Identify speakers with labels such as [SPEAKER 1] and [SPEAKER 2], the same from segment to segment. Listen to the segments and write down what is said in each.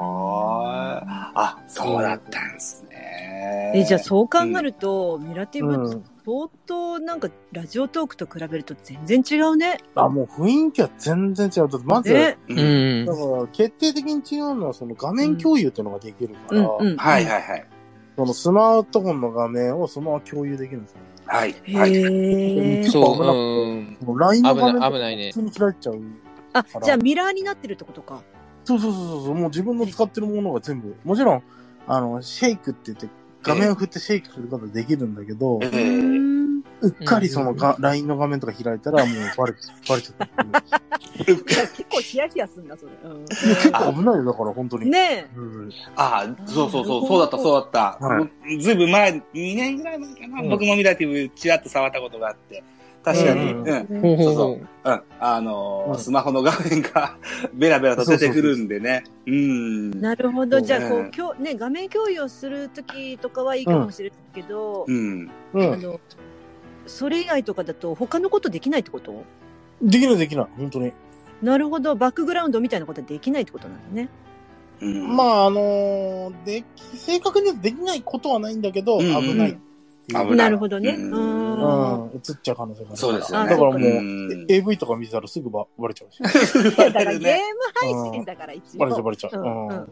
[SPEAKER 1] あ、そうだったんですね。
[SPEAKER 2] え、じゃあそう考えると、ミラティブ、相当なんか、ラジオトークと比べると全然違うね。
[SPEAKER 3] あ、もう雰囲気は全然違う。だってまず、だ
[SPEAKER 2] ね
[SPEAKER 3] か。
[SPEAKER 1] うん
[SPEAKER 4] うん。
[SPEAKER 3] ら決定的に違うのはその画面共有っていうのができるか
[SPEAKER 2] う
[SPEAKER 3] ら、
[SPEAKER 2] んうん。
[SPEAKER 1] はいはいはい。
[SPEAKER 3] そのスマートフォンの画面をそのまま共有できるんですよ。
[SPEAKER 1] はい。はい。
[SPEAKER 2] へえ。
[SPEAKER 4] そう、うん。
[SPEAKER 3] もう LINE の
[SPEAKER 4] 危
[SPEAKER 3] 画面
[SPEAKER 4] ない、
[SPEAKER 3] が
[SPEAKER 4] 危ないね
[SPEAKER 3] 普。通に切られちゃう。
[SPEAKER 2] あ、じゃあミラーになってるってことか。
[SPEAKER 3] そうそうそうそう、もう自分の使ってるものが全部、もちろん、あの、シェイクって言って、画面を振ってシェイクすることできるんだけど、
[SPEAKER 1] え
[SPEAKER 2] うー
[SPEAKER 1] ー
[SPEAKER 2] ん。
[SPEAKER 3] うっかりそのが LINE の画面とか開いたら、もうバレ、バレちゃった。
[SPEAKER 2] 結構ヒヤヒヤすんだ、それ。うん
[SPEAKER 3] 結 構危ないよ、だから、本当に。
[SPEAKER 2] ね
[SPEAKER 3] うん。
[SPEAKER 1] ああ、そうそうそう、そうだった、そうだった。
[SPEAKER 3] は
[SPEAKER 1] ずいぶん前、2年ぐらい前かな、
[SPEAKER 3] うん
[SPEAKER 1] 僕もミラティブちらっと触ったことがあって。確かに、
[SPEAKER 3] う
[SPEAKER 1] うんん、
[SPEAKER 3] う
[SPEAKER 1] うんん、
[SPEAKER 4] ほうほ
[SPEAKER 1] そ
[SPEAKER 4] うほう。
[SPEAKER 1] あのー
[SPEAKER 3] うん
[SPEAKER 1] スマホの画面が ベラベラと出てくるんでね。うん。
[SPEAKER 2] え。なるほど。じゃあ、こ
[SPEAKER 1] う、
[SPEAKER 2] うんきょね、画面共有をするときとかはいいかもしれないけど、
[SPEAKER 1] うん。
[SPEAKER 3] う
[SPEAKER 2] あ
[SPEAKER 3] ん。
[SPEAKER 2] の、それ以外とかだと他のことできないってこと
[SPEAKER 3] できない、できない、本当に。
[SPEAKER 2] なるほど。バックグラウンドみたいなことはできないってことなんだね。
[SPEAKER 1] うん、
[SPEAKER 3] まあ、あのーでき、正確に言うとできないことはないんだけど、
[SPEAKER 1] うんうん
[SPEAKER 3] 危ないっていう。
[SPEAKER 1] 危ない
[SPEAKER 2] なるほどね。
[SPEAKER 1] うん
[SPEAKER 3] う
[SPEAKER 2] う
[SPEAKER 3] ん、
[SPEAKER 2] ん
[SPEAKER 3] 映っちゃう可能性があるから。
[SPEAKER 1] そうですよ
[SPEAKER 2] あ
[SPEAKER 1] ね。
[SPEAKER 3] だからもう、
[SPEAKER 2] そっか
[SPEAKER 1] ん
[SPEAKER 3] AV とか見てたらすぐばバレちゃう し。
[SPEAKER 2] いやだからゲーム配信だから一
[SPEAKER 3] バ
[SPEAKER 2] 応。
[SPEAKER 3] レちゃう、バレちゃう。
[SPEAKER 2] うんうん
[SPEAKER 3] う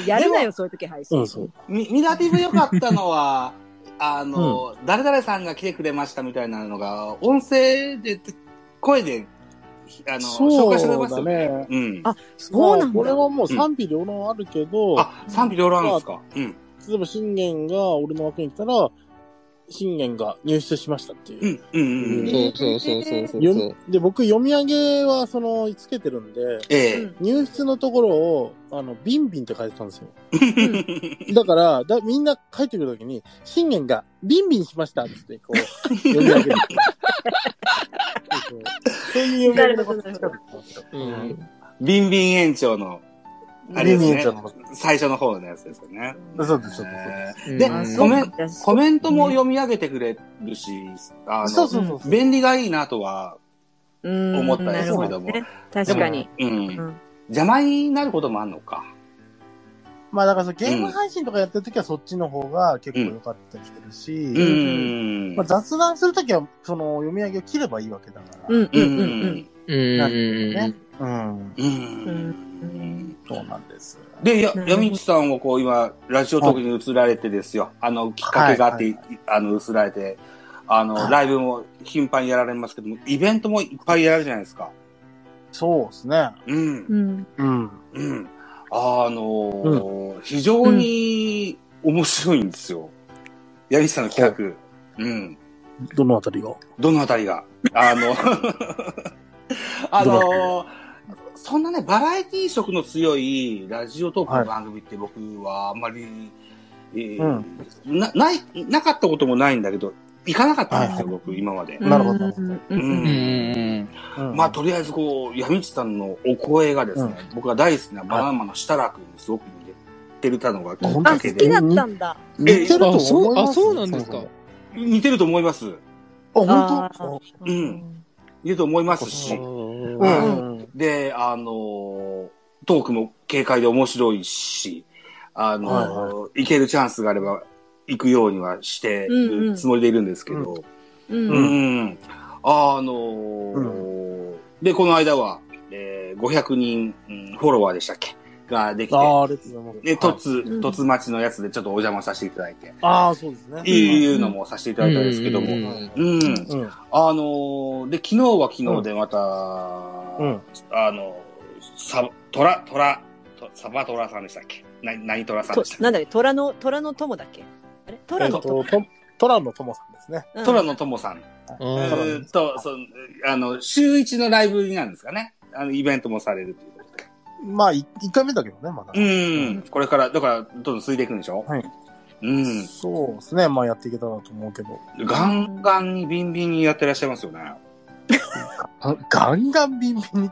[SPEAKER 2] うんやるなよ、そういう時配信。
[SPEAKER 3] ん。うん、そう。
[SPEAKER 1] ミミラティブ良かった のは、あの、誰々さんが来てくれましたみたいなのが、音声で、声で、あの、紹介してくれま
[SPEAKER 3] そ
[SPEAKER 1] す
[SPEAKER 3] うだ
[SPEAKER 1] よね。
[SPEAKER 3] ね。
[SPEAKER 1] うん。
[SPEAKER 2] あ、そうな
[SPEAKER 3] まあ
[SPEAKER 2] ん
[SPEAKER 3] これ
[SPEAKER 2] だ。
[SPEAKER 3] はもう賛否両論あるけど、
[SPEAKER 1] あ、賛否両論あるんですか。うん。
[SPEAKER 3] 例えば信玄が俺の枠に来たら、信玄が入室しましたっていうう。
[SPEAKER 1] ん、うん、うんうん。
[SPEAKER 4] そうそうそうそうそう
[SPEAKER 3] よ
[SPEAKER 4] そう。
[SPEAKER 3] で、僕読み上げはその、つけてるんで、
[SPEAKER 1] ええ
[SPEAKER 2] うん
[SPEAKER 3] 入室のところを、あの、ビンビンって書いてたんですよ。だから、だみんな帰ってくるときに、信玄がビンビンしましたっつって、こう、読み 上げる。そうそうそういう読み上げ方したかったんですよ。
[SPEAKER 4] うん。
[SPEAKER 1] ビンビン園長の、あれです
[SPEAKER 3] ビンビン
[SPEAKER 1] ね
[SPEAKER 3] ちゃんの。
[SPEAKER 1] 最初の方のやつですよね。
[SPEAKER 3] そうです、そうです。
[SPEAKER 1] え
[SPEAKER 4] う
[SPEAKER 1] ー
[SPEAKER 4] ん
[SPEAKER 1] で
[SPEAKER 4] あ、
[SPEAKER 1] コ
[SPEAKER 4] そう
[SPEAKER 1] メ
[SPEAKER 2] なん
[SPEAKER 1] ン
[SPEAKER 2] だ
[SPEAKER 1] コメントも読み上げてくれるし、あ
[SPEAKER 3] そう
[SPEAKER 1] の、
[SPEAKER 3] そうそうそう。
[SPEAKER 1] 便利がいいなとは、
[SPEAKER 2] うん
[SPEAKER 1] 思ったんですけども
[SPEAKER 2] なるほね確かに。
[SPEAKER 1] う。
[SPEAKER 2] うんん
[SPEAKER 1] 邪魔になることもあんのか。
[SPEAKER 3] まあだからそうゲーム配信とかやってるときはそっちの方が結構良かったりするし、
[SPEAKER 1] うん。
[SPEAKER 3] まあ、雑談するときはその読み上げを切ればいいわけだから。
[SPEAKER 2] うん
[SPEAKER 1] う
[SPEAKER 2] うんんうん
[SPEAKER 4] うん。
[SPEAKER 3] うん。
[SPEAKER 1] うん。
[SPEAKER 3] そうなんです。
[SPEAKER 1] で、や
[SPEAKER 2] なるほど
[SPEAKER 1] 闇市さんをこう今、ラジオトークに移られてですよ。あの、きっかけがあって、
[SPEAKER 3] はい
[SPEAKER 1] あの、移られて、あの、
[SPEAKER 3] はい
[SPEAKER 1] ライブも頻繁にやられますけども、イベントもいっぱいやられるじゃないですか。
[SPEAKER 3] そうですね。
[SPEAKER 1] うん
[SPEAKER 2] う。ん。
[SPEAKER 3] うん。
[SPEAKER 1] うん。あのー非常に面白いんですよ。ヤギさんの企画。うん。
[SPEAKER 3] どのあたりが
[SPEAKER 1] どのあたりが。あの、あ
[SPEAKER 3] どの
[SPEAKER 1] のーそんなね、バラエティ色の強いラジオトークの番組って僕はあんまり、えーな、ない、なかったこともないんだけど、行かなかったんですよ、
[SPEAKER 3] は
[SPEAKER 1] 僕、今まで。
[SPEAKER 3] なるほど
[SPEAKER 2] うん
[SPEAKER 4] うん。うん。
[SPEAKER 3] うん
[SPEAKER 1] まあ、とりあえず、こう、闇市さんのお声がですね、僕が大好きなバナナマンの設楽君にすごく似てるたのがきっ
[SPEAKER 2] あ、
[SPEAKER 1] か
[SPEAKER 2] 好
[SPEAKER 1] け
[SPEAKER 2] き
[SPEAKER 1] で、
[SPEAKER 2] だったんだ。
[SPEAKER 3] 似てると思います
[SPEAKER 4] あそうあそうなんですか
[SPEAKER 3] あ、
[SPEAKER 1] 似てると思います。
[SPEAKER 3] 本
[SPEAKER 2] あ
[SPEAKER 3] 当
[SPEAKER 2] ー
[SPEAKER 1] うん似てると思いますし、
[SPEAKER 3] う
[SPEAKER 4] う
[SPEAKER 3] ん。
[SPEAKER 4] ん
[SPEAKER 3] うん
[SPEAKER 1] で、あのートークも軽快で面白いし、あのー
[SPEAKER 3] はい
[SPEAKER 1] 行けるチャンスがあれば行くようにはして
[SPEAKER 2] うんうん
[SPEAKER 1] るつもりでいるんですけど、
[SPEAKER 2] うん
[SPEAKER 1] うん、
[SPEAKER 2] うん。
[SPEAKER 1] あのーで、この間は、えー500人、うんフォロワーでしたっけができて、
[SPEAKER 3] ああ、ありがとうございます。
[SPEAKER 1] で、
[SPEAKER 3] はい
[SPEAKER 1] 突、
[SPEAKER 2] うん
[SPEAKER 1] 突待ちのやつでちょっとお邪魔させていただいて、
[SPEAKER 3] ああ、そうですね。
[SPEAKER 1] いうのもさせていただいたんですけども、
[SPEAKER 4] うん
[SPEAKER 1] うん
[SPEAKER 3] うん。うん。
[SPEAKER 1] あのーで、昨日は昨日でまた、
[SPEAKER 3] うん。
[SPEAKER 1] あの、サバ、トラ、トラ、トサバトラさんでしたっけな、何トラさん
[SPEAKER 2] と
[SPEAKER 1] でしたっ
[SPEAKER 2] なんだっけ、虎の、虎の友だっけあれ
[SPEAKER 3] え
[SPEAKER 2] 虎
[SPEAKER 3] っ
[SPEAKER 2] の
[SPEAKER 3] と、
[SPEAKER 2] 友
[SPEAKER 3] と。トラのともさんですね。
[SPEAKER 2] う
[SPEAKER 1] け
[SPEAKER 2] ん
[SPEAKER 1] トラのともさん。
[SPEAKER 4] う
[SPEAKER 1] え
[SPEAKER 4] ん
[SPEAKER 1] ーっと、その、あの、週一のライブになんですかね。あの、イベントもされるということで。
[SPEAKER 3] まあ、い一回目だけどね、まだ。
[SPEAKER 1] うん。これから、だから、どんどん続いていくんでしょ
[SPEAKER 3] はい。
[SPEAKER 1] うん。
[SPEAKER 3] そうですね。まあ、やっていけたらと思うけど。
[SPEAKER 1] ガンガンにビンビンにやってらっしゃいますよね。
[SPEAKER 3] あガンガンビンビンに。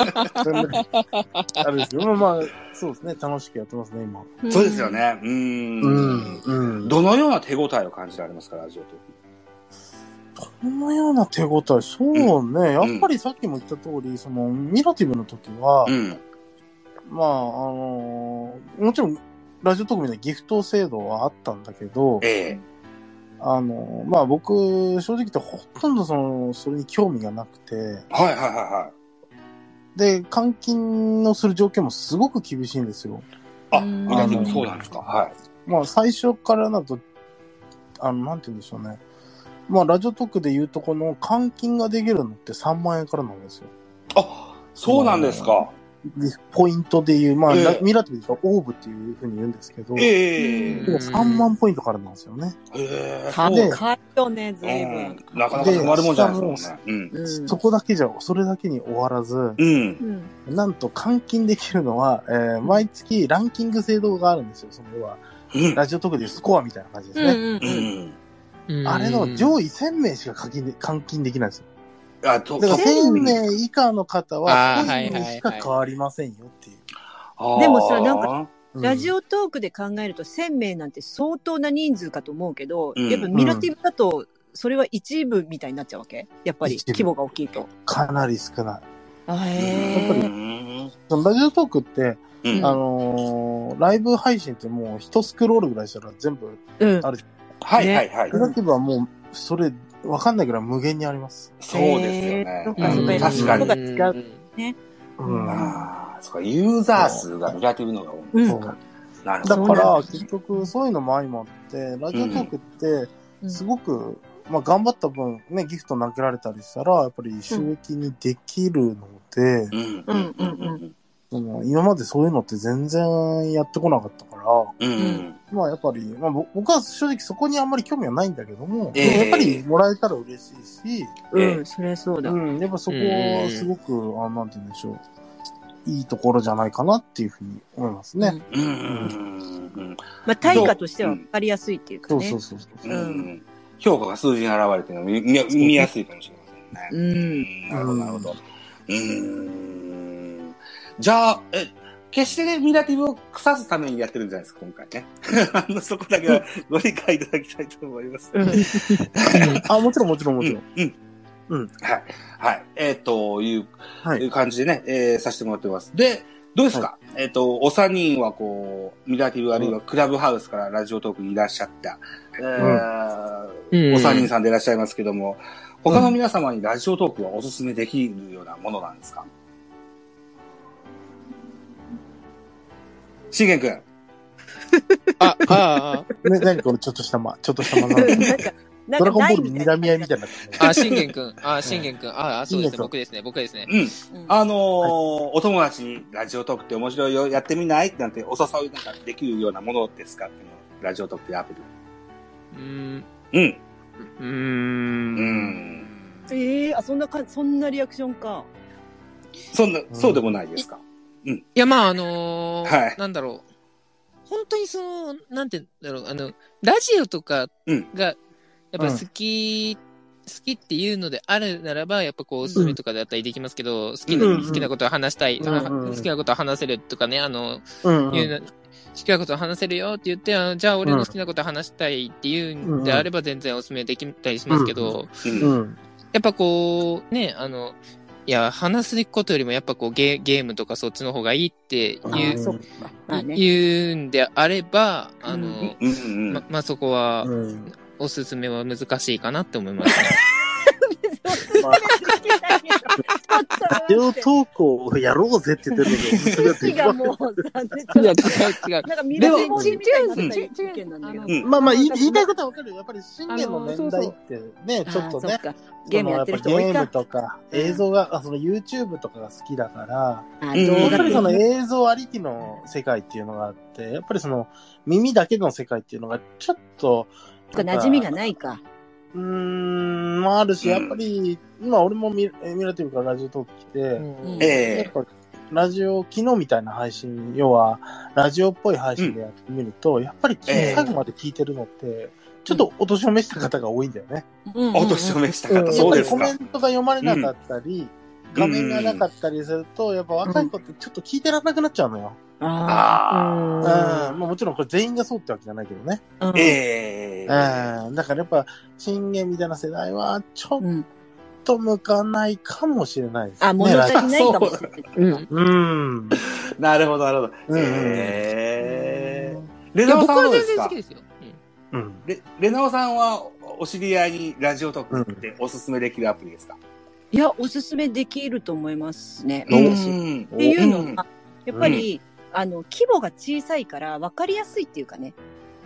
[SPEAKER 3] あれですよ。まあまあ、そうですね。楽しくやってますね、今。
[SPEAKER 1] そうですよ。ね。うん。
[SPEAKER 3] うん。ど
[SPEAKER 1] どのような手応えを感じられますか、ラジオと。
[SPEAKER 3] のような手応え、そうね。やっぱりさっきも言った通り、その、ミラティブの時は
[SPEAKER 1] う、ん。
[SPEAKER 3] まあ、あのーもちろん、ラジオ特務でギフト制度はあったんだけど、
[SPEAKER 1] え
[SPEAKER 3] あのーまあ僕、正直言ってほとんどその、それに興味がなくて、
[SPEAKER 1] えはいはいはいはい。
[SPEAKER 3] で、監禁のする条件もすごく厳しいんですよ。
[SPEAKER 1] あ、
[SPEAKER 2] うん
[SPEAKER 1] 裏切りそうなんですか。はい。
[SPEAKER 3] まあ最初からだと、あの、なんて言うんでしょうね。まあラジオ特で言うとこの監禁ができるのって3万円からなんですよ。
[SPEAKER 1] あ、そうなんですか。
[SPEAKER 3] でポイントで言う、まあ、
[SPEAKER 1] ええ
[SPEAKER 3] ラミラティブとかオーブっていうふうに言うんですけど、
[SPEAKER 1] ええ
[SPEAKER 2] うん
[SPEAKER 3] でも3万ポイントからなんですよね。
[SPEAKER 1] ええ
[SPEAKER 2] か
[SPEAKER 1] そう
[SPEAKER 3] で
[SPEAKER 2] かるよね、ず
[SPEAKER 1] う
[SPEAKER 2] い
[SPEAKER 1] ん
[SPEAKER 2] ぶ
[SPEAKER 1] なかなか止まるもんじゃないですもんね。
[SPEAKER 2] ん。うん
[SPEAKER 3] そこだけじゃ、それだけに終わらず、
[SPEAKER 1] うん。うん。
[SPEAKER 2] うん
[SPEAKER 3] なんと監禁できるのは、えー毎月ランキング制度があるんですよ。その要は、
[SPEAKER 1] うん。
[SPEAKER 3] ラジオ特でいうスコアみたいな感じです
[SPEAKER 2] うん
[SPEAKER 3] ね。
[SPEAKER 2] うん
[SPEAKER 1] う
[SPEAKER 2] うん
[SPEAKER 1] ん。
[SPEAKER 3] あれの上位1000名しか課金で監禁できないんですよ。
[SPEAKER 1] あ、と、
[SPEAKER 3] だから1000
[SPEAKER 1] そう
[SPEAKER 3] 名以下の方は、
[SPEAKER 4] あー
[SPEAKER 3] コインにしか変わりませんよっていう。
[SPEAKER 1] あー
[SPEAKER 2] でもさなん
[SPEAKER 1] か、
[SPEAKER 2] ラジ
[SPEAKER 3] オ
[SPEAKER 2] オトークで考えると1000名なんて相当な人数かと思うけど、
[SPEAKER 1] うん
[SPEAKER 2] やっぱミラティブだとそれは一部みたいになっちゃうわけやっぱり
[SPEAKER 3] 一部
[SPEAKER 2] 規模が大きいと。
[SPEAKER 3] かなり少ない。
[SPEAKER 2] あ
[SPEAKER 1] う
[SPEAKER 2] へー
[SPEAKER 1] ん
[SPEAKER 3] そのラジオトークって、
[SPEAKER 1] うん。
[SPEAKER 3] あ
[SPEAKER 1] は
[SPEAKER 3] のーライブ配信ってもう一スクロールぐらいしたら全部、
[SPEAKER 2] うん
[SPEAKER 3] あ
[SPEAKER 1] いはいはい。
[SPEAKER 3] ラジオはもう、それ、わかんないぐらい無限にあります。
[SPEAKER 1] そうですよ
[SPEAKER 2] えーそっ
[SPEAKER 1] ね。
[SPEAKER 2] かそっ
[SPEAKER 1] うん確
[SPEAKER 2] か
[SPEAKER 1] かに
[SPEAKER 2] そ。っか違う
[SPEAKER 3] うん
[SPEAKER 1] ああ、そうか、ユーザー数がミラティブのが多いんですか。なるほ
[SPEAKER 3] だ
[SPEAKER 1] ど。
[SPEAKER 3] から、結局、そういうのも相まって、ラジオトークって、すごく、まあ、頑張った分、ね、ギフト投げられたりしたら、やっぱり収益にできるので、
[SPEAKER 1] うん
[SPEAKER 2] うんうんうん
[SPEAKER 3] その今までそういうのって全然やってこなかったから、
[SPEAKER 1] うんうん
[SPEAKER 3] まあやっぱり、まあぼ僕は正直そこにあんまり興味はないんだけども、
[SPEAKER 1] ええ
[SPEAKER 3] やっぱりもらえたら嬉しいし、
[SPEAKER 2] うん、そりゃそうだ。
[SPEAKER 3] うん、やっぱそこはすごく、あなんて言うんでしょう、いいところじゃないかなっていうふうに思いますね。
[SPEAKER 1] うんうんうん
[SPEAKER 2] まあ対価としては分かりやすいっていうか
[SPEAKER 3] そう
[SPEAKER 2] ね
[SPEAKER 3] そう。そうそう。
[SPEAKER 1] う
[SPEAKER 2] うん
[SPEAKER 1] ん評価が数字に表れてるの見見見やすいかもしれませんね。
[SPEAKER 2] うん。
[SPEAKER 1] なるほど、なるほど。うーん。じゃあ、え、決してね、ミラティブを腐すためにやってるんじゃないですか、今回ね。あの、そこだけはご理解いただきたいと思います。
[SPEAKER 2] うん
[SPEAKER 3] あ、もちろんもちろんもちろん。
[SPEAKER 1] うん。
[SPEAKER 3] うん
[SPEAKER 1] はい。はい。えっ、と、いう、
[SPEAKER 3] はい
[SPEAKER 1] いう感じでね、えーさせてもらってます。で、どうですか、えっ、と、お三人はこう、ミラティブあるいはクラブハウスからラジオトークにいらっしゃった、えー
[SPEAKER 4] うん
[SPEAKER 1] お三人さんでいらっしゃいますけども、他の皆様にラジオトークはおすすめできるようなものなんですかしげんくん。
[SPEAKER 4] あ、あ
[SPEAKER 3] ね、何このちょっとした間、ちょっとした間な
[SPEAKER 2] なんん
[SPEAKER 3] で。
[SPEAKER 2] か、な
[SPEAKER 3] ドラ
[SPEAKER 2] んか
[SPEAKER 3] ゴン
[SPEAKER 2] な
[SPEAKER 3] ボー
[SPEAKER 2] い
[SPEAKER 3] ル
[SPEAKER 2] み
[SPEAKER 3] に
[SPEAKER 2] た
[SPEAKER 3] ら
[SPEAKER 2] い
[SPEAKER 3] み合いみたいになって
[SPEAKER 4] あ、
[SPEAKER 3] る。
[SPEAKER 4] あ、信玄くん。あ、信玄くん。あ、あそうですね。僕ですね。僕ですね。
[SPEAKER 1] うん。
[SPEAKER 2] うん
[SPEAKER 1] あのーお友達にラジオトークって面白いよ、やってみないなんてお誘いなんかできるようなものですかっていうのラジオトークってアプ
[SPEAKER 4] うーん。
[SPEAKER 1] リ。うん。
[SPEAKER 4] うーん。
[SPEAKER 1] うん
[SPEAKER 2] ええ、あ、そんなか、そんなリアクションか。
[SPEAKER 1] そんな、そうでもないですか。
[SPEAKER 4] いや、まあ、あのー
[SPEAKER 1] はい
[SPEAKER 4] なんだろう。本当にその、なんて言うんだろう、あの、ラジオとか
[SPEAKER 1] うん
[SPEAKER 4] が、やっぱ好き、好きっていうのであるならば、やっぱこう、おすすめとかだったりできますけど、好きな、
[SPEAKER 3] うん
[SPEAKER 4] 好きなことを話したい、
[SPEAKER 3] うんうん
[SPEAKER 4] 好きなことを話せるとかね、あの、
[SPEAKER 3] うん、
[SPEAKER 4] いうな好きなことを話せるよって言って、あのじゃあ俺の好きなことを話したいっていうんであれば全然おすすめできたりしますけど、
[SPEAKER 1] うん。
[SPEAKER 3] う
[SPEAKER 1] うん。
[SPEAKER 3] ん。
[SPEAKER 4] やっぱこう、ね、あの、いや、話すことよりもやっぱこうゲゲームとかそっちの方がいいっていう
[SPEAKER 3] あー
[SPEAKER 2] そっか。まあ ね。
[SPEAKER 4] 言うんであれば、あ
[SPEAKER 2] う
[SPEAKER 4] の、
[SPEAKER 2] ん
[SPEAKER 1] うんうん
[SPEAKER 4] ま、まあ、そこは、
[SPEAKER 3] うん。
[SPEAKER 4] おすすめは難しいかなって思います、ね。
[SPEAKER 3] まあラジオトークをやろうぜって言ってるのがおすすめだって言
[SPEAKER 2] 父
[SPEAKER 3] ってま
[SPEAKER 2] がもうさ、
[SPEAKER 4] いや、違う、違う。
[SPEAKER 2] なんかミラクルボーイみたいになった意見なんだけど。
[SPEAKER 1] うん
[SPEAKER 3] まあまあ、言い言いたい
[SPEAKER 2] こ
[SPEAKER 3] ことはわかるよ。やっぱり信玄の年代ってね、ちょっとね、。
[SPEAKER 2] ゲームやってる人多
[SPEAKER 3] その
[SPEAKER 2] い
[SPEAKER 3] やっ
[SPEAKER 2] か。
[SPEAKER 3] ぱゲームとか、映像が、あその YouTube とかが好きだから、
[SPEAKER 2] あ
[SPEAKER 1] うん
[SPEAKER 2] 動
[SPEAKER 3] やっ
[SPEAKER 2] 画
[SPEAKER 3] ぱりその
[SPEAKER 2] ね
[SPEAKER 3] 映像ありきの世界っていうのがあって、やっぱりその耳だけの世界っていうのがちょっと、
[SPEAKER 2] 馴染みが
[SPEAKER 3] い。
[SPEAKER 2] ないか。
[SPEAKER 3] うーん、まああるし、
[SPEAKER 1] うん
[SPEAKER 3] やっぱり、今俺もミミラティブからラジオトーク来て、
[SPEAKER 4] うん
[SPEAKER 1] え
[SPEAKER 3] やっ
[SPEAKER 1] え
[SPEAKER 3] ぱラジオ、昨日みたいな配信、要は、ラジオっぽい配信でやってみると、やっぱり
[SPEAKER 1] ええ
[SPEAKER 3] 最後まで聞いてるのって、ちょっとお年を召した方が多いんだよね。
[SPEAKER 1] お年を
[SPEAKER 2] め。
[SPEAKER 1] 召した方、
[SPEAKER 3] やっ
[SPEAKER 1] そう
[SPEAKER 3] ぱ
[SPEAKER 1] で
[SPEAKER 3] り
[SPEAKER 1] す
[SPEAKER 3] コメ
[SPEAKER 1] か。
[SPEAKER 3] ントが読まれなかったり、画面がなかったりすると、やっぱ若い子ってちょっと聞いてられなくなっちゃうのよ。うん。ま
[SPEAKER 1] あ
[SPEAKER 3] あもちろんこれ全員がそうってわけじゃないけどね。
[SPEAKER 1] え
[SPEAKER 2] え。
[SPEAKER 1] え
[SPEAKER 3] うん。だからやっぱ、信玄みたいな世代は、ちょっ
[SPEAKER 2] うん
[SPEAKER 3] と向かないかもしれないですね。
[SPEAKER 2] あ、物足りないかもしれない。
[SPEAKER 3] うん。
[SPEAKER 1] なるほど、なるほど。
[SPEAKER 3] うんうん
[SPEAKER 1] へえ。レ
[SPEAKER 4] い
[SPEAKER 1] ナ
[SPEAKER 4] や
[SPEAKER 1] オ
[SPEAKER 4] 僕
[SPEAKER 1] さんはど
[SPEAKER 4] は
[SPEAKER 1] うで
[SPEAKER 4] 全
[SPEAKER 1] す
[SPEAKER 4] 然好
[SPEAKER 1] か
[SPEAKER 4] きですよ。うん
[SPEAKER 3] うん。
[SPEAKER 1] レレナオさんはおお知り合いにラジオトークっておすすめできるアプリですか
[SPEAKER 2] いや、おすすめできると思いますね。
[SPEAKER 3] うん
[SPEAKER 2] 私っ
[SPEAKER 1] ん
[SPEAKER 2] ていうの
[SPEAKER 1] うん
[SPEAKER 2] は、やっぱり、あの、規模が小さいから分かりやすいっていうかね、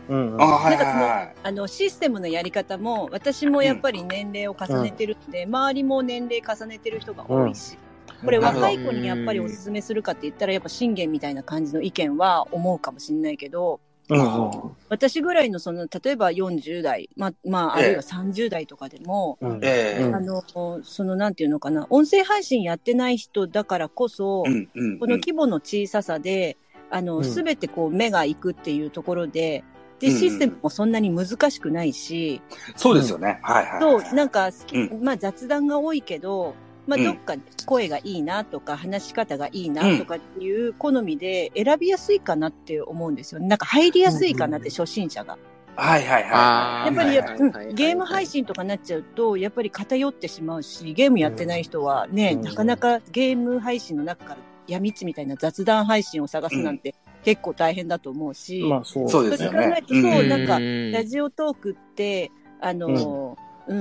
[SPEAKER 3] うんうん。
[SPEAKER 1] あ、はいはいはい。
[SPEAKER 2] あの、システムのやり方も、私もやっぱり年齢を重ねてるので、周りも年齢重ねてる人が多いし、これ
[SPEAKER 1] なるほど
[SPEAKER 2] 若い子にやっぱりおすすめするかって言ったら、やっぱ信玄みたいな感じの意見は思うかもしれないけど、
[SPEAKER 3] うん
[SPEAKER 2] 私ぐらいのその例えば40代ままああ
[SPEAKER 1] ええ
[SPEAKER 2] るいは30代とかでも、
[SPEAKER 3] うん。
[SPEAKER 1] ええ
[SPEAKER 3] うん
[SPEAKER 2] あのそのなんていうのかな音声配信やってない人だからこそ、
[SPEAKER 1] うんうん
[SPEAKER 2] この規模の小ささであの、
[SPEAKER 3] うん
[SPEAKER 2] 全てこう目が行くっていうところで。で
[SPEAKER 1] うんうん
[SPEAKER 2] システムもそんなに難しくないし、
[SPEAKER 1] そうですよね。はいはい。
[SPEAKER 2] そうなんか好き、
[SPEAKER 1] う
[SPEAKER 2] まあ、雑談が多いけど、まあ、
[SPEAKER 1] うん
[SPEAKER 2] どっか声がいいなとか、話し方がいいなとかっていう好みで選びやすいかなって思うんですよねなんか入りやすいかなって初心者が。
[SPEAKER 1] はいはいは
[SPEAKER 4] あ
[SPEAKER 2] や
[SPEAKER 1] いは
[SPEAKER 2] っぱ
[SPEAKER 1] い。
[SPEAKER 2] り
[SPEAKER 1] はいはい
[SPEAKER 4] は
[SPEAKER 1] はいい
[SPEAKER 2] うんゲーム配信とかになっちゃうと、やっぱり偏ってしまうし、ゲームやってない人はね、
[SPEAKER 3] うん
[SPEAKER 2] なかなかゲーム配信の中から闇市みたいな雑談配信を探すなんて結構大変だと思うし、
[SPEAKER 3] まあそう。
[SPEAKER 1] そうで
[SPEAKER 2] それ
[SPEAKER 1] す
[SPEAKER 2] 考
[SPEAKER 1] よ
[SPEAKER 2] え
[SPEAKER 1] ね
[SPEAKER 2] る。と、そ
[SPEAKER 1] う
[SPEAKER 2] う、
[SPEAKER 1] ん
[SPEAKER 2] なんか、
[SPEAKER 4] うん
[SPEAKER 2] ラジオトークって、あのー、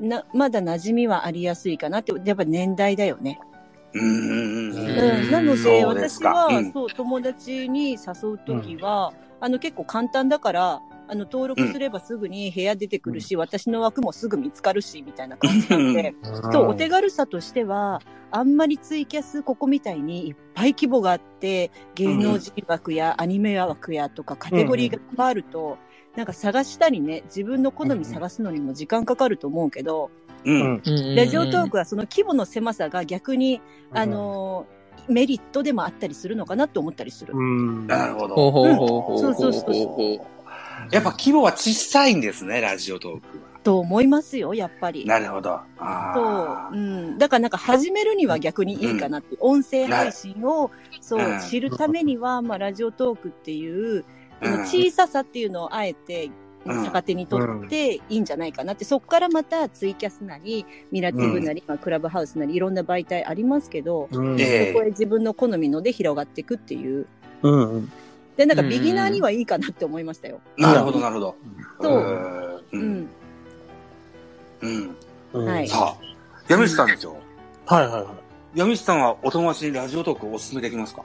[SPEAKER 2] うん、な、まだ馴染みはありやすいかなって、やっぱ年代だよね。
[SPEAKER 1] うんうんうん
[SPEAKER 2] う
[SPEAKER 1] うんん。
[SPEAKER 4] うん
[SPEAKER 2] なので、
[SPEAKER 1] そうで
[SPEAKER 2] 私
[SPEAKER 1] すかう
[SPEAKER 2] は
[SPEAKER 1] ん、
[SPEAKER 2] そう、友達に誘うときは、あの、結構簡単だから、あの、登録すればすぐに部屋出てくるし、私の枠もすぐ見つかるし、みたいな感じなんで、そう、お手軽さとしては、あんまりツイキャスここみたいにいっぱい規模があって、芸能人枠やアニメ枠やとかカテゴリーがいっぱいあると、なんか探したりね、自分の好み探すのにも時間かかると思うけど、
[SPEAKER 1] う
[SPEAKER 3] うん
[SPEAKER 1] ん。
[SPEAKER 2] ラジオトークはその規模の狭さが逆に、あ、のーメリットでもあったりするのかなと思ったりする。
[SPEAKER 3] うん。
[SPEAKER 1] なるほど。
[SPEAKER 4] ほうほうほうほう
[SPEAKER 2] うんそうそうそう
[SPEAKER 4] そ
[SPEAKER 1] やっぱ規模は小さいんですね、ラジオトークは。
[SPEAKER 2] と思いますよ、やっぱり。
[SPEAKER 1] なるほど。
[SPEAKER 2] そう
[SPEAKER 1] あ。ー
[SPEAKER 2] うん。だからなんか始めるには逆にいいかなって、音声配信を、そう
[SPEAKER 1] うん、
[SPEAKER 2] 知るためには、まあ、ラジオトークっていう、こ
[SPEAKER 1] うん
[SPEAKER 2] の小ささっていうのをあえて、
[SPEAKER 1] うん
[SPEAKER 2] 逆手にとっていいんじゃないかなって、そこからまたツイキャスなり、ミラティブなり、まあクラブハウスなり、いろんな媒体ありますけど、
[SPEAKER 3] うん。
[SPEAKER 1] え
[SPEAKER 2] これ自分の好みので広がっていくっていう。
[SPEAKER 3] うんうん。
[SPEAKER 2] で、なんかビギナーにはいいかなって思いましたよ。
[SPEAKER 1] え。なるほど、なるほど。
[SPEAKER 2] そう
[SPEAKER 1] うー。
[SPEAKER 2] うんん。
[SPEAKER 1] うん。
[SPEAKER 3] うん
[SPEAKER 2] はい
[SPEAKER 1] さあ、山口さんですよ。
[SPEAKER 3] はいはいはい。
[SPEAKER 1] 山口さんはお友達にラジオトークをお勧めできますか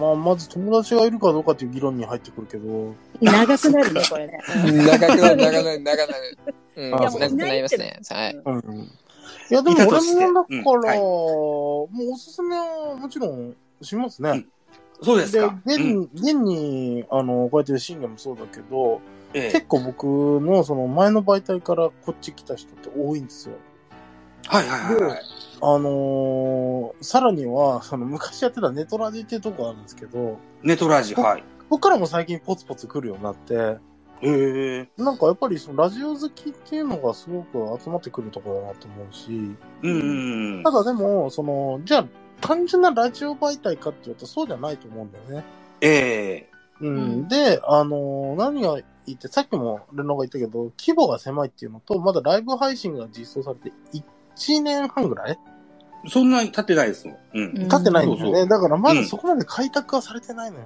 [SPEAKER 3] まあ、まず友達がいるかどうかっていう議論に入ってくるけど、
[SPEAKER 2] 長くなるね、これね。
[SPEAKER 4] う。長くなる、長くなる、長くなる。うん、
[SPEAKER 3] あ
[SPEAKER 4] 長
[SPEAKER 3] そう
[SPEAKER 4] くなりますね。はい。
[SPEAKER 3] うんうん。いや、でも
[SPEAKER 1] いたとして
[SPEAKER 3] 俺もだから、
[SPEAKER 1] うんはい
[SPEAKER 3] もうおすすめはもちろんしますね。
[SPEAKER 1] そうですか。
[SPEAKER 3] で、現
[SPEAKER 1] うん
[SPEAKER 3] に、現に、あの、こうやって信玄もそうだけど、
[SPEAKER 1] ええ
[SPEAKER 3] 結構僕のその前の媒体からこっち来た人って多いんですよ。
[SPEAKER 1] はいはいはいはい。
[SPEAKER 3] あのーさらには、その昔やってたネトラジっていうとこがあるんですけど、
[SPEAKER 1] ネトラジ、はい。
[SPEAKER 3] こっからも最近ポツポツ来るようになって、
[SPEAKER 1] へえ。
[SPEAKER 3] なんかやっぱりそのラジオ好きっていうのがすごく集まってくるところだなと思うし、
[SPEAKER 1] うんうんうん
[SPEAKER 3] た。だでも、その、じゃあ単純なラジオ媒体かっていうとそうじゃないと思うんだよね。
[SPEAKER 1] ええ。
[SPEAKER 3] うん。
[SPEAKER 2] うん
[SPEAKER 3] で、あのー何が言って、さっきもレノが言ったけど、規模が狭いっていうのと、まだライブ配信が実装されて1年半ぐらい
[SPEAKER 1] そんなに経ってないですもん。うん。
[SPEAKER 3] 経ってないんだよね。
[SPEAKER 1] う
[SPEAKER 3] だからまだそこまで開拓はされてないのよ。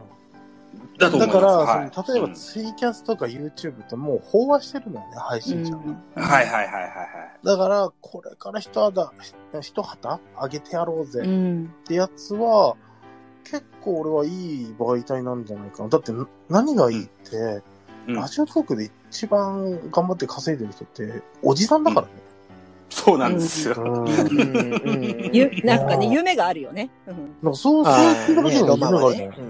[SPEAKER 1] だと思
[SPEAKER 3] だ
[SPEAKER 1] い
[SPEAKER 3] か
[SPEAKER 1] ます。
[SPEAKER 3] ら、
[SPEAKER 1] はい
[SPEAKER 3] その例えばツイキャスとか YouTube ってもう飽和してるのよね、配信者が。
[SPEAKER 1] うんはいはいはいはいはい。
[SPEAKER 3] だから、これから一肌、一旗上げてやろうぜ
[SPEAKER 2] うん。うん。
[SPEAKER 3] ってやつは、結構俺はいい媒体なんじゃないかな。だってな何がいいって、
[SPEAKER 1] うん
[SPEAKER 3] ラジオトークで一番頑張って稼いでる人って、おじさんだからね。
[SPEAKER 1] そうなんですよ。
[SPEAKER 3] うん
[SPEAKER 4] うんうん
[SPEAKER 2] ゆなんかね、
[SPEAKER 3] うん
[SPEAKER 2] 夢があるよね。うん
[SPEAKER 3] なんかそう、そう
[SPEAKER 4] あ
[SPEAKER 3] いう
[SPEAKER 4] ー
[SPEAKER 3] 人
[SPEAKER 4] ね
[SPEAKER 3] たちの夢があ
[SPEAKER 4] ロマンは
[SPEAKER 3] るじゃ
[SPEAKER 4] ね
[SPEAKER 3] ない。
[SPEAKER 4] うん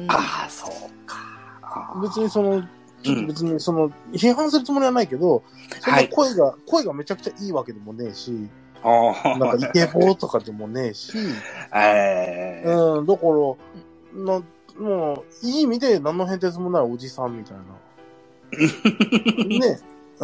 [SPEAKER 2] うん
[SPEAKER 1] ああ、そうか。あー
[SPEAKER 3] 別にその、
[SPEAKER 1] うん
[SPEAKER 3] 別にその、批判するつもりはないけど、そん
[SPEAKER 1] は
[SPEAKER 3] ない声が、声がめちゃくちゃいいわけでもねえし、
[SPEAKER 1] ああ、
[SPEAKER 3] なんかイケボーとかでもねえし、
[SPEAKER 1] ええ
[SPEAKER 3] うん、だから、な、もう、いい意味で何の変哲もないおじさんみ たいな。ね。うん。ま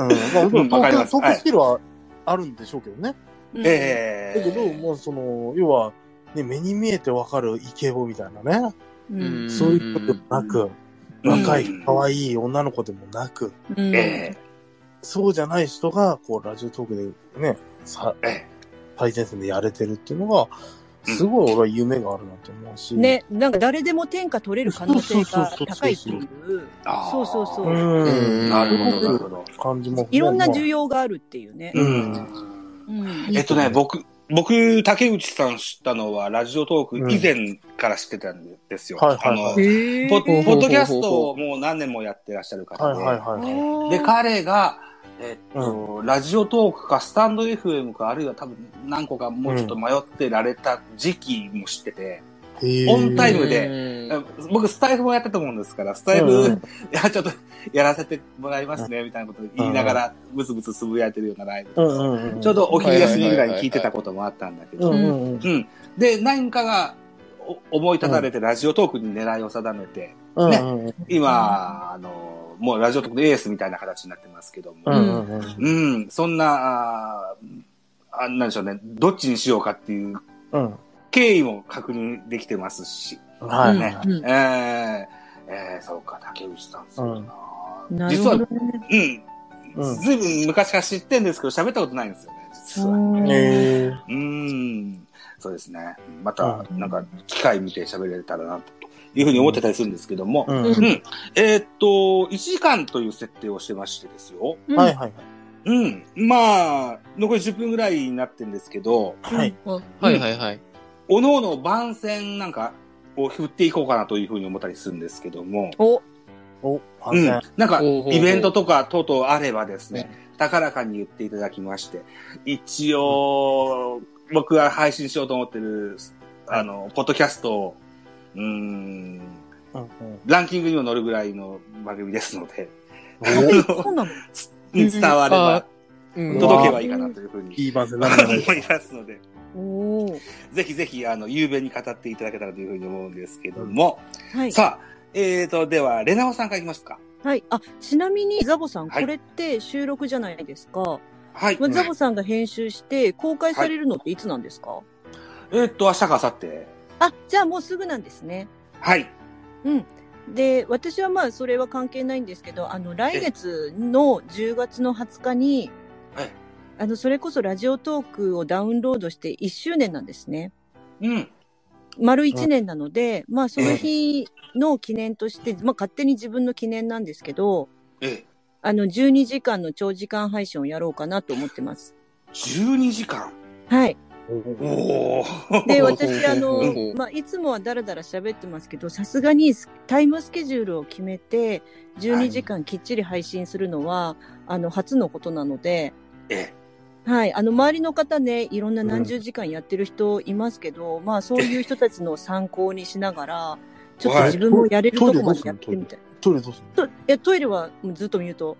[SPEAKER 3] あ、
[SPEAKER 1] うんわかります
[SPEAKER 3] トークスキルはあるんでしょうけどね。
[SPEAKER 2] うん
[SPEAKER 1] ええ
[SPEAKER 3] だけど、もうその、要は、ね、目に見えてわかるイケボみたいなね。
[SPEAKER 2] うん
[SPEAKER 3] そういうことでもなく、
[SPEAKER 1] うん
[SPEAKER 3] 若い
[SPEAKER 1] うん、
[SPEAKER 3] 可愛い女の子でもなく、
[SPEAKER 2] うん
[SPEAKER 1] ええ
[SPEAKER 3] そうじゃない人が、こう、ラジオトークでね、さ、
[SPEAKER 1] ええ
[SPEAKER 3] 最前線でやれてるっていうのが、すごい俺は夢があるなって思うし。。
[SPEAKER 2] ね、なんか誰でも天下取れる可能性が高いっていう。
[SPEAKER 1] あー
[SPEAKER 2] そうそうそうう。
[SPEAKER 4] うんん
[SPEAKER 1] なるほど、なるほど。
[SPEAKER 3] 感じも。
[SPEAKER 2] いろんな需要があるっていうね。
[SPEAKER 1] うん。
[SPEAKER 2] うん
[SPEAKER 1] えっとね、僕、僕、竹内さん知ったのは、ラジオトーク以前から知ってたんですよ。
[SPEAKER 3] うんはいはい
[SPEAKER 1] あの、
[SPEAKER 2] へ
[SPEAKER 1] ポ
[SPEAKER 2] ー
[SPEAKER 1] ッポッドキャストをもう何年もやってらっしゃる方
[SPEAKER 3] は
[SPEAKER 1] で、
[SPEAKER 3] いはいはい
[SPEAKER 1] で、彼が、えっと、ラジオトークかスタンド FM か、あるいは多分何個かもうちょっと迷ってられた時期も知ってて、
[SPEAKER 3] へー
[SPEAKER 1] オンタイムで
[SPEAKER 4] で。
[SPEAKER 1] 僕スタイフもやってたもんですから、スタイフ、
[SPEAKER 3] うんうん
[SPEAKER 1] いや、ちょっとやらせてもらいますね、みたいなこと言いながら、ブツブツつぶやいてるようなライブ
[SPEAKER 3] う
[SPEAKER 1] とか、
[SPEAKER 3] んうんうん。
[SPEAKER 1] ちょうどお昼休みぐらいに聞いてたこともあったんだけ
[SPEAKER 3] う
[SPEAKER 1] ど、
[SPEAKER 3] んうんうん。
[SPEAKER 1] うん。で、何かがお思い立たれて、ラジオトークに狙いを定めて、
[SPEAKER 3] うんうんうん。
[SPEAKER 1] 今、あの、もうラジオトークのエースみたいな形になってますけども、
[SPEAKER 3] うんうんうん
[SPEAKER 1] うん、そんな、あーあなんでしょうね、どっちにしようかっていう
[SPEAKER 3] うん。
[SPEAKER 1] 経緯も確認できてますし、
[SPEAKER 3] はい。
[SPEAKER 1] ね、
[SPEAKER 2] うん
[SPEAKER 1] えーえーそうか、竹内さん、そうだな、
[SPEAKER 2] なる
[SPEAKER 1] 実は
[SPEAKER 2] ほ、どね。
[SPEAKER 1] うん、
[SPEAKER 3] うん
[SPEAKER 1] ずいぶん昔から知ってんですけど、喋ったことないんですよね、実は。
[SPEAKER 3] へー
[SPEAKER 1] うん、そうですね。また、
[SPEAKER 2] うん
[SPEAKER 1] なんか、機会見て喋れたらな、というふうに思ってたりするんですけども、
[SPEAKER 3] うん
[SPEAKER 2] うん
[SPEAKER 1] うん、えーっと、1時間という設定をしてましてですよ。
[SPEAKER 2] うん
[SPEAKER 3] はいはい
[SPEAKER 1] うん。まあ、残り10分ぐらいになってるんですけど、
[SPEAKER 3] はい。
[SPEAKER 4] はいはいはい。
[SPEAKER 1] おのおの番宣なんかを振っていこうかなというふうに思ったりするんですけども、
[SPEAKER 2] お、
[SPEAKER 3] お、反
[SPEAKER 1] うん
[SPEAKER 3] 戦。。
[SPEAKER 1] なんか、
[SPEAKER 4] ほうほうほう
[SPEAKER 1] イベントとか等々あればですね、高らかに言っていただきまして、一応、僕が配信しようと思ってる、あの、ポッドキャストを、うーん、
[SPEAKER 3] うんうん
[SPEAKER 1] ランキングにも乗るぐらいの番組ですので、
[SPEAKER 2] そうなの
[SPEAKER 1] うん伝われば、
[SPEAKER 4] うん
[SPEAKER 1] 届けばいいかなというふうに
[SPEAKER 3] いい番宣なんだね。
[SPEAKER 1] 思いますので、
[SPEAKER 2] おー
[SPEAKER 1] ぜひぜひ、あの、ゆうべに語っていただけたらというふうに思うんですけども、
[SPEAKER 2] はい。
[SPEAKER 1] さあ、えーと、では、レナオさんからいきますか。
[SPEAKER 2] はい。あ、ちなみにザボさん、こ
[SPEAKER 1] はい
[SPEAKER 2] れって収録じゃないですか。
[SPEAKER 1] はい。
[SPEAKER 2] まあザボさんが編集して公開されるのっていつなんですか
[SPEAKER 1] えーと、明日か明後日。
[SPEAKER 2] あ、じゃあもうすぐなんですね。
[SPEAKER 1] はい。
[SPEAKER 2] で、私はまあそれは関係ないんですけど、あの、来月の10月の20日に
[SPEAKER 1] はい、
[SPEAKER 2] あの、それこそラジオトークをダウンロードして1周年なんですね。
[SPEAKER 1] うん。
[SPEAKER 2] 丸1年なので、まあその日の記念として、まあ勝手に自分の記念なんですけど、
[SPEAKER 1] え、
[SPEAKER 2] あの、12時間の長時間配信をやろうかなと思ってます。
[SPEAKER 1] 12時間。
[SPEAKER 2] はい。
[SPEAKER 1] おー。
[SPEAKER 2] で、
[SPEAKER 4] ほう
[SPEAKER 2] 私、あ
[SPEAKER 4] ほう
[SPEAKER 2] の
[SPEAKER 4] ほう、
[SPEAKER 2] まあ、いつもはだらだら喋ってますけど、さすがにスタイムスケジュールを決めて、
[SPEAKER 1] は
[SPEAKER 2] 12
[SPEAKER 1] い
[SPEAKER 2] 時間きっちり配信するのは、あの、初のことなので、
[SPEAKER 1] え、
[SPEAKER 2] はい。あの、周りの方ね、いろんな何十時間やってる人いますけど、まあ、そういう人たちの参考にしながら、ちょっと自分もやれるとこまでやってみたい。
[SPEAKER 3] トイレどうすんの
[SPEAKER 2] といや、トイレはもうずっとミュート。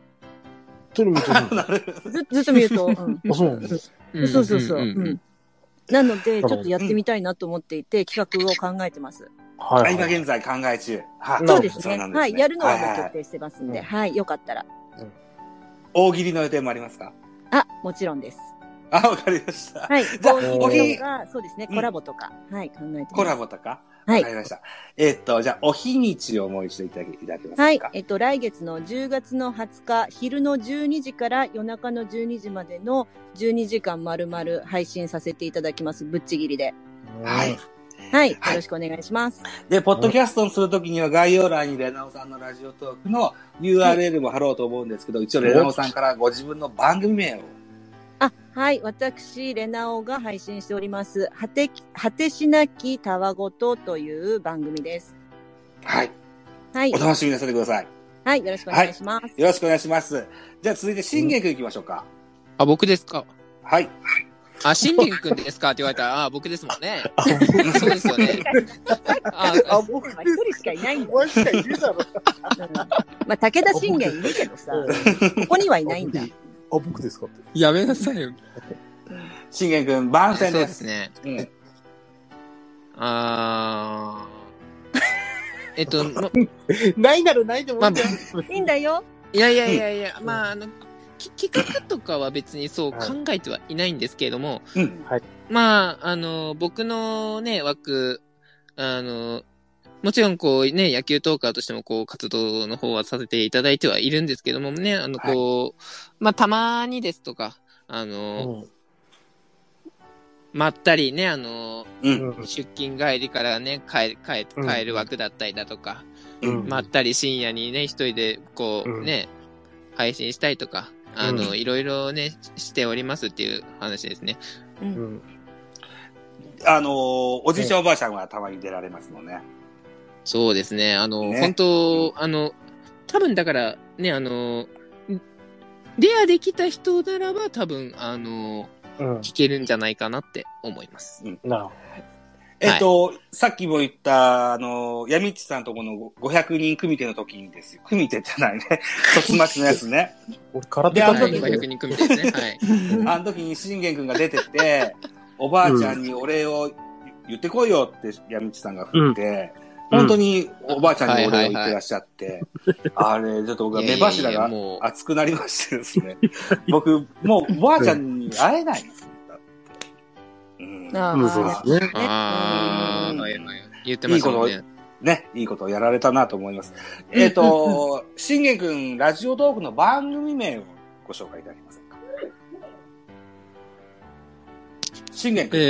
[SPEAKER 3] トイレ見てるの
[SPEAKER 1] なるほど。
[SPEAKER 2] ずずっとミュート。うん
[SPEAKER 3] あ、そうなの
[SPEAKER 2] そうそうそう。うん
[SPEAKER 4] んん
[SPEAKER 2] なので、
[SPEAKER 3] なるほど
[SPEAKER 2] ちょっとやってみたいなと思っていて、企画を考えてます。
[SPEAKER 3] は
[SPEAKER 1] あ
[SPEAKER 3] い
[SPEAKER 1] 今
[SPEAKER 3] はい。
[SPEAKER 1] 現在考え中。は
[SPEAKER 3] なるほど
[SPEAKER 2] そうです
[SPEAKER 1] そう
[SPEAKER 2] ね。
[SPEAKER 1] なんですね
[SPEAKER 2] はい。やるのは
[SPEAKER 1] はい
[SPEAKER 2] も
[SPEAKER 1] は
[SPEAKER 2] う
[SPEAKER 1] い
[SPEAKER 2] 決定してますんで、
[SPEAKER 3] うん
[SPEAKER 2] はい。よかったら。
[SPEAKER 1] 大喜利の予定もありますか
[SPEAKER 2] あ、もちろんです。
[SPEAKER 1] あ、わかりました。
[SPEAKER 2] はい。
[SPEAKER 1] じゃあ
[SPEAKER 2] こういう
[SPEAKER 3] お
[SPEAKER 1] ひ
[SPEAKER 2] のが、そうですね。
[SPEAKER 1] うん
[SPEAKER 2] コラボとか、はい。考えてます。
[SPEAKER 1] コラボとか
[SPEAKER 2] は
[SPEAKER 1] わか
[SPEAKER 2] い。
[SPEAKER 1] りました。えーっと、じゃあ、お日にちをもう一度いただけいただけますか
[SPEAKER 2] はい。えっと、来月の10月の20日、昼の12時から夜中の12時までの12時間丸々配信させていただきます。ぶっちぎりで。
[SPEAKER 1] はい。
[SPEAKER 2] はい。よ
[SPEAKER 1] はい
[SPEAKER 2] ろしくお願いします。
[SPEAKER 1] で、ポッドキャストにするときには概要欄にレナオさんのラジオトークの URL も貼ろうと思うんですけど、一応レナオさんからご自分の番組名を。
[SPEAKER 2] あ、はい。私、レナオが配信しております、果てき、果てしなきたわごとという番組です。
[SPEAKER 1] はい。
[SPEAKER 2] はい
[SPEAKER 1] お。楽しみになさってください。
[SPEAKER 2] はい。よろしくお願いします。
[SPEAKER 1] よろしくお願いします。じゃあ続いて、信玄君行きましょうか。
[SPEAKER 4] あ、僕ですか。
[SPEAKER 1] はい。
[SPEAKER 4] あ、しんりんくんですかって言われたら、あ、僕ですもんね。そうですよ ね。あ、
[SPEAKER 3] あ、僕
[SPEAKER 2] まあ、一人しかいないんだ。
[SPEAKER 3] お前しかいるだろ。
[SPEAKER 2] うんまあ、武田信玄いるけどさ、ここにはいないんだ
[SPEAKER 3] あ。、僕ですかって。
[SPEAKER 4] やめなさいよ。
[SPEAKER 1] 信玄君、番
[SPEAKER 4] そう
[SPEAKER 1] 宣で。
[SPEAKER 4] ですすね。
[SPEAKER 1] うん
[SPEAKER 4] あー。えっと、ま
[SPEAKER 3] ないならないでもいいじゃん。
[SPEAKER 2] いいんだよ。
[SPEAKER 4] いやいやいやいや、まあ、あの、き企画とかは別にそう考えてはいないんですけれども、
[SPEAKER 1] うん。
[SPEAKER 4] まあ、あの、僕のね、枠、あの、もちろんこうね、野球トーカーとしてもこう活動の方はさせていただいてはいるんですけどもね、あの、こう、まあ、たまにですとか、あの、
[SPEAKER 3] うん
[SPEAKER 4] まったりね、あの、
[SPEAKER 1] うん。
[SPEAKER 4] 出勤帰りからね、帰、帰、
[SPEAKER 3] うん
[SPEAKER 4] 帰る枠だったりだとか、
[SPEAKER 1] うん。
[SPEAKER 4] まったり深夜にね、一人でこ
[SPEAKER 3] う
[SPEAKER 4] うんね、配信したりとか、あ
[SPEAKER 3] う
[SPEAKER 4] の、
[SPEAKER 3] ん
[SPEAKER 4] いろいろね、ししておりますっていう話ですね。
[SPEAKER 3] うん
[SPEAKER 1] あのーおじいちゃんおばあちゃんはたまに出られますもんね。
[SPEAKER 4] そうですね。あの、
[SPEAKER 1] ね
[SPEAKER 4] 本当あの、多分だから、ね、あの、レアできた人ならば多分、あの、
[SPEAKER 3] うん
[SPEAKER 4] 聞けるんじゃないかなって思います。
[SPEAKER 3] なるほ
[SPEAKER 1] えっと、さっきも言った、あの、闇市さんとこのご500人組手の時にですよ。組手じゃないね。 卒町のやつね。
[SPEAKER 3] ど俺、空手
[SPEAKER 1] で
[SPEAKER 3] 家
[SPEAKER 1] あ
[SPEAKER 4] は
[SPEAKER 1] の
[SPEAKER 4] い、
[SPEAKER 1] 時
[SPEAKER 3] 族
[SPEAKER 4] 500人組ですね。はい。
[SPEAKER 1] あの時に信玄君が出て って、おばあちゃんにお礼を言ってこいよって闇市さんが振って、
[SPEAKER 3] うん
[SPEAKER 1] 本当におばあちゃんにお礼を言ってらっしゃ って、あれ、ちょっと僕はい
[SPEAKER 4] や
[SPEAKER 1] 目
[SPEAKER 4] いやいや
[SPEAKER 1] 柱が
[SPEAKER 4] もう
[SPEAKER 1] 熱くなりましてですね。僕、もうおばあちゃんに会えないん です。うん、
[SPEAKER 2] あ
[SPEAKER 3] うんそう
[SPEAKER 2] あ、
[SPEAKER 3] ですね。
[SPEAKER 4] あ
[SPEAKER 1] う
[SPEAKER 4] あ、
[SPEAKER 1] ん
[SPEAKER 4] はいはい。言ってましたもんね。
[SPEAKER 1] ね、いいことをやられたなと思います。えっ、と、 信玄くん、ラジオトークの番組名をご紹介いただけませんか信玄くん、
[SPEAKER 4] え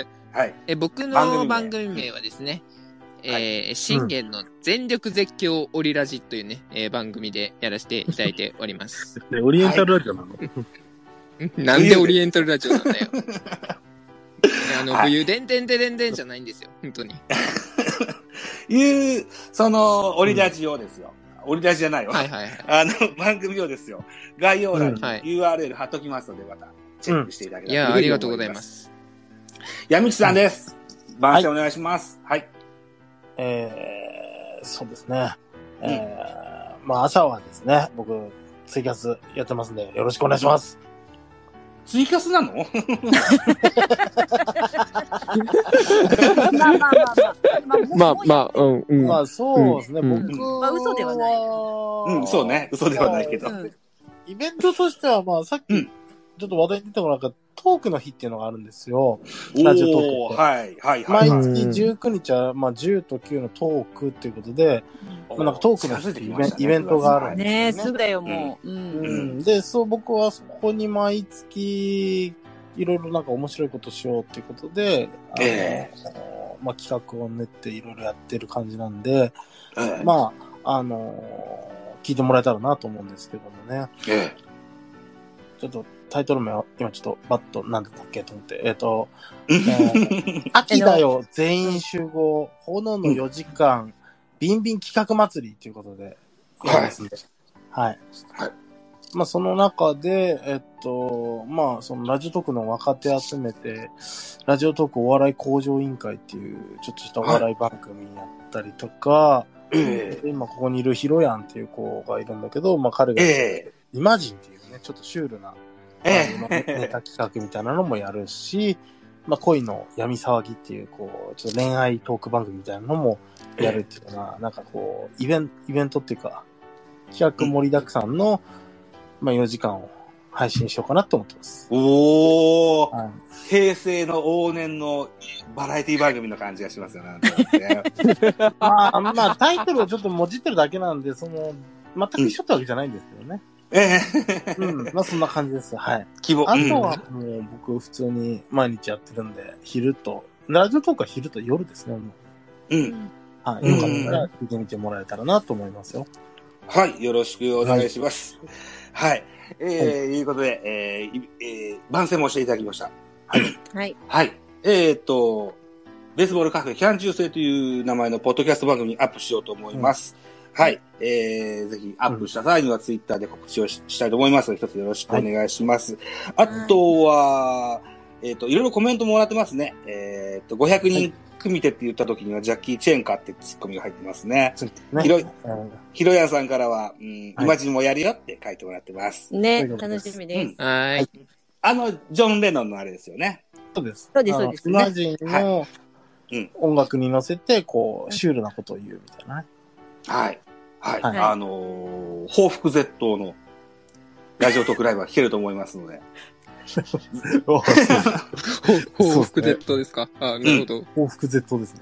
[SPEAKER 4] ー
[SPEAKER 1] はい。
[SPEAKER 4] え、僕
[SPEAKER 1] 番組
[SPEAKER 4] の
[SPEAKER 1] 名
[SPEAKER 4] 番組名はですね、
[SPEAKER 1] は
[SPEAKER 4] えー、信玄の全力絶叫オリラジというね、えー番組でやらせていただいております。
[SPEAKER 3] でオリエンタルラジオなの。
[SPEAKER 4] なんでオリエンタルラジオなんだよ。あの、
[SPEAKER 1] はい
[SPEAKER 4] 武勇伝伝伝伝伝じゃないんですよ、本当に。
[SPEAKER 1] いう、その、オリラジオですよ。オリラジじゃないよ。
[SPEAKER 4] はいはいはい。
[SPEAKER 1] あの、番組をですよ。概要欄
[SPEAKER 3] う
[SPEAKER 1] に
[SPEAKER 3] ん
[SPEAKER 4] はい
[SPEAKER 1] URL 貼っときますので、また、チェックしていただけ
[SPEAKER 4] い
[SPEAKER 1] れば、
[SPEAKER 4] や、ありがとうございま。す。
[SPEAKER 1] 闇市さんです。番宣お願いします。はい。
[SPEAKER 3] えー、そうですね。えー、まあ朝はですね、僕、ツイキャスやってますんで、よろしくお願いします。
[SPEAKER 1] ツイキャスなの
[SPEAKER 2] まあまあまあまあ。
[SPEAKER 4] まあ
[SPEAKER 2] もう
[SPEAKER 4] まあ、うん、うん。
[SPEAKER 3] まあそうですね、
[SPEAKER 4] うん
[SPEAKER 3] 僕は、
[SPEAKER 1] う
[SPEAKER 2] まあ嘘ではない
[SPEAKER 1] うん、そうね。嘘ではないけど。
[SPEAKER 2] うん
[SPEAKER 3] イベントとしては、まあさっき、
[SPEAKER 1] うん
[SPEAKER 3] ちょっと話題に出てもらったトークの日っていうのがあるんですよ。ラジオトーク
[SPEAKER 1] おー、はい、はい、はい。
[SPEAKER 3] 毎
[SPEAKER 1] はい
[SPEAKER 3] 月19日は、まあ10と9のトークっていうことで、まあなんかトークの
[SPEAKER 1] 近づいてきましたね
[SPEAKER 3] イベントがあるんで
[SPEAKER 2] ねえ、すぐだよ、もう。うん。
[SPEAKER 1] ん
[SPEAKER 3] で、そう、僕はそこに毎月、いろいろなんか面白いことしようっていうことで、あの
[SPEAKER 1] え
[SPEAKER 3] まあ企画を練っていろいろやってる感じなんで、
[SPEAKER 1] ええ
[SPEAKER 3] まあ、あの聞いてもらえたらなと思うんですけどもね。
[SPEAKER 1] え
[SPEAKER 3] ちょっとタイトル名は今ちょっとバッとなんだったっけと思って、えっ、と、
[SPEAKER 1] え
[SPEAKER 3] 秋だよ全員集合、炎の4時間、ビンビン企画祭りということで、
[SPEAKER 1] はい
[SPEAKER 3] やりますんではい。
[SPEAKER 1] はい
[SPEAKER 3] まあ、その中で、えっと、まあ、そのラジオトークの若手集めて、ラジオトークお笑い向上委員会っていう、ちょっとしたお笑い番組やったりとか、
[SPEAKER 1] え
[SPEAKER 3] で今ここにいるヒロヤンっていう子がいるんだけど、まあ、彼が、
[SPEAKER 1] え
[SPEAKER 3] イマジンっていうね、ちょっとシュールな
[SPEAKER 1] え
[SPEAKER 3] あの
[SPEAKER 1] え
[SPEAKER 3] ネタ企画みたいなのもやるし、まあ、恋の闇騒ぎっていう、こう、ちょっと恋愛トーク番組みたいなのもやるっていうのは、なんかこう、イベント、イベントっていうか、企画盛りだくさんの、まあ、4時間を配信しようかなと思ってます。
[SPEAKER 1] おお
[SPEAKER 3] はい。
[SPEAKER 1] 平成の往年のバラエティ番組の感じがしますよね。
[SPEAKER 3] まあ、まあ、タイトルをちょっともじってるだけなんで、その、全く一緒ってわけじゃないんですけどね。
[SPEAKER 1] ええ
[SPEAKER 3] うん。まあ、そんな感じです。はい。
[SPEAKER 1] 希望。
[SPEAKER 3] あとはもう僕普通に毎日やってるんで、昼と、ラジオトークは昼と夜ですね。もう
[SPEAKER 1] うん。うん。
[SPEAKER 3] は
[SPEAKER 1] う
[SPEAKER 3] い。
[SPEAKER 1] ん
[SPEAKER 3] よかったら聞いてみてもらえたらなと思いますよ。
[SPEAKER 1] はい、よろしくお願いします。はい。ええいうことで、ええいええ番宣もしていただきました。
[SPEAKER 2] はい。
[SPEAKER 1] はい。えーっと、ベースボールカフェキャン中世という名前のポッドキャスト番組にアップしようと思います。はい。えー、ぜひアップした際にはツイッターで告知をししたいと思いますので、一つよろしくお願いします。あとは、えーっと、いろいろコメントもらってますね。えーっと、500人組手って言った時にはジャッキー・チェンかってツッコミが入ってますね。
[SPEAKER 3] そうですね。
[SPEAKER 1] いろい
[SPEAKER 3] うん
[SPEAKER 1] ひろやさんからは、うん、
[SPEAKER 3] はい
[SPEAKER 1] イマジンもやるよって書いてもらってます。
[SPEAKER 2] ね、
[SPEAKER 3] ということ
[SPEAKER 2] 楽
[SPEAKER 3] です
[SPEAKER 2] しみ
[SPEAKER 1] う
[SPEAKER 2] です
[SPEAKER 1] ん。
[SPEAKER 4] はーい。
[SPEAKER 1] あの、ジョン・レノンのあれですよね。
[SPEAKER 3] そうです。
[SPEAKER 2] そうですそうです
[SPEAKER 3] あのイマジンの
[SPEAKER 1] いうん
[SPEAKER 3] 音楽に乗せて、こう、シュールなことを言うみたい なね。
[SPEAKER 1] はい。はい。
[SPEAKER 3] はい
[SPEAKER 1] あのー報復絶倒のラジオトークライブは聞けると思いますので。
[SPEAKER 4] 報復 Z ですかあなるほど。
[SPEAKER 3] 報復 Z ですね。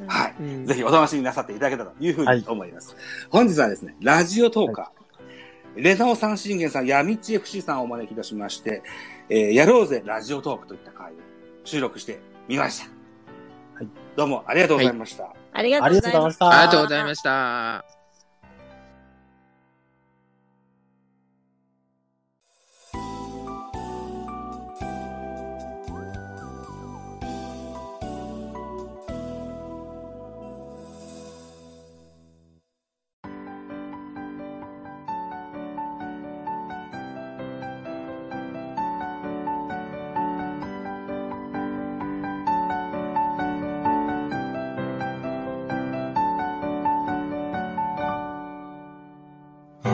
[SPEAKER 2] うん
[SPEAKER 1] はい。
[SPEAKER 4] うん
[SPEAKER 1] ぜひお楽しみなさっていただけたらというふう
[SPEAKER 3] は
[SPEAKER 1] に
[SPEAKER 3] い
[SPEAKER 1] 思います。本日はですね、ラジオトーカー、レナオさん、信玄さん、闇地 FC さんをお招きいたしまして、えーやろうぜ、ラジオトークといった会を収録してみました。
[SPEAKER 3] はい
[SPEAKER 1] どうもありがとうございました。
[SPEAKER 2] ありが
[SPEAKER 3] あ
[SPEAKER 2] とう
[SPEAKER 3] り
[SPEAKER 2] ご
[SPEAKER 3] が
[SPEAKER 2] ざ
[SPEAKER 3] とうご
[SPEAKER 2] い
[SPEAKER 3] ざい
[SPEAKER 2] ま
[SPEAKER 3] まし
[SPEAKER 2] す。
[SPEAKER 3] た。
[SPEAKER 4] ありがとうございました。
[SPEAKER 5] あ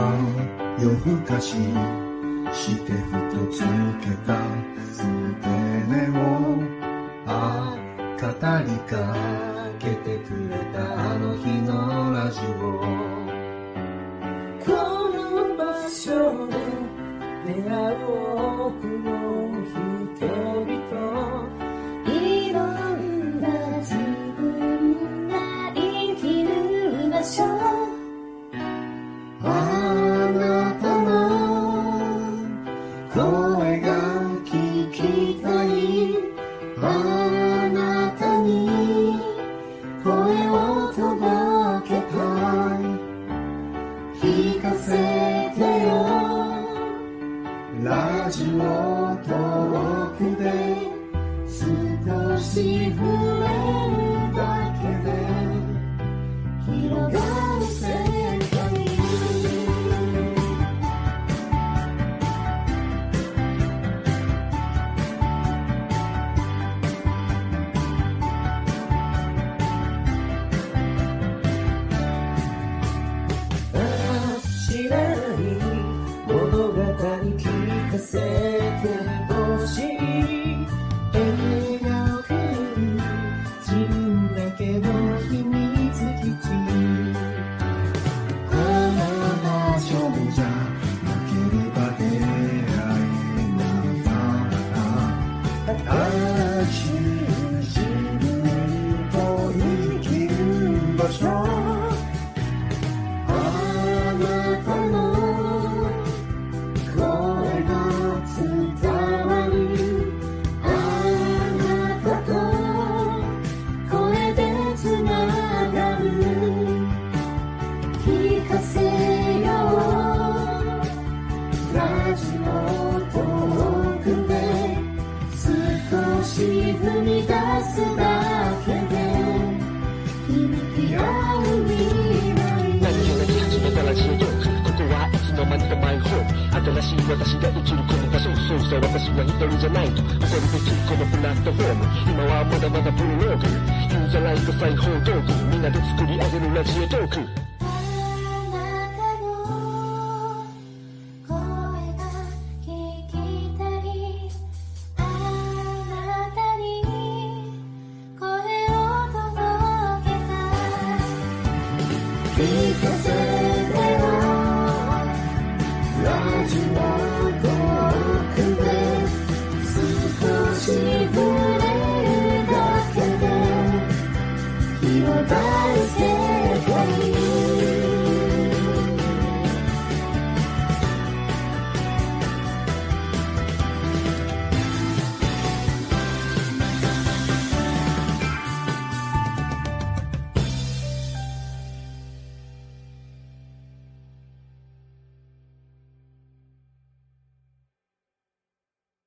[SPEAKER 5] の夜更かししてふとつけたすべねをああ語りかけてくれたあの日のラジオ
[SPEAKER 6] この場所で出会う多くの人々いろんな自分が生きる場所
[SPEAKER 5] あなたの声が聞きたいあなたに声を届けたい聞かせてよラジオトークで少し触れるだけで広がる世界
[SPEAKER 6] ああ知らない物語聞かせてほしい映画を変る人だけの秘密基地
[SPEAKER 5] この場所じゃなければ出会えなかった新しい自分と生きる場所あなたの声が伝わるあなたと声でつながる聞かせようラジオトークで少し踏み出すだけで響き合う未来
[SPEAKER 7] 何気なく始めたラジオトークここはいつの間にかマイホーム新しい私が生きるこの場所そうさ私は一人じゃないと誇りできるこのプラットフォーム今はまだまだブログユーザーライト裁縫道具みんなで作り上げるラジオトーク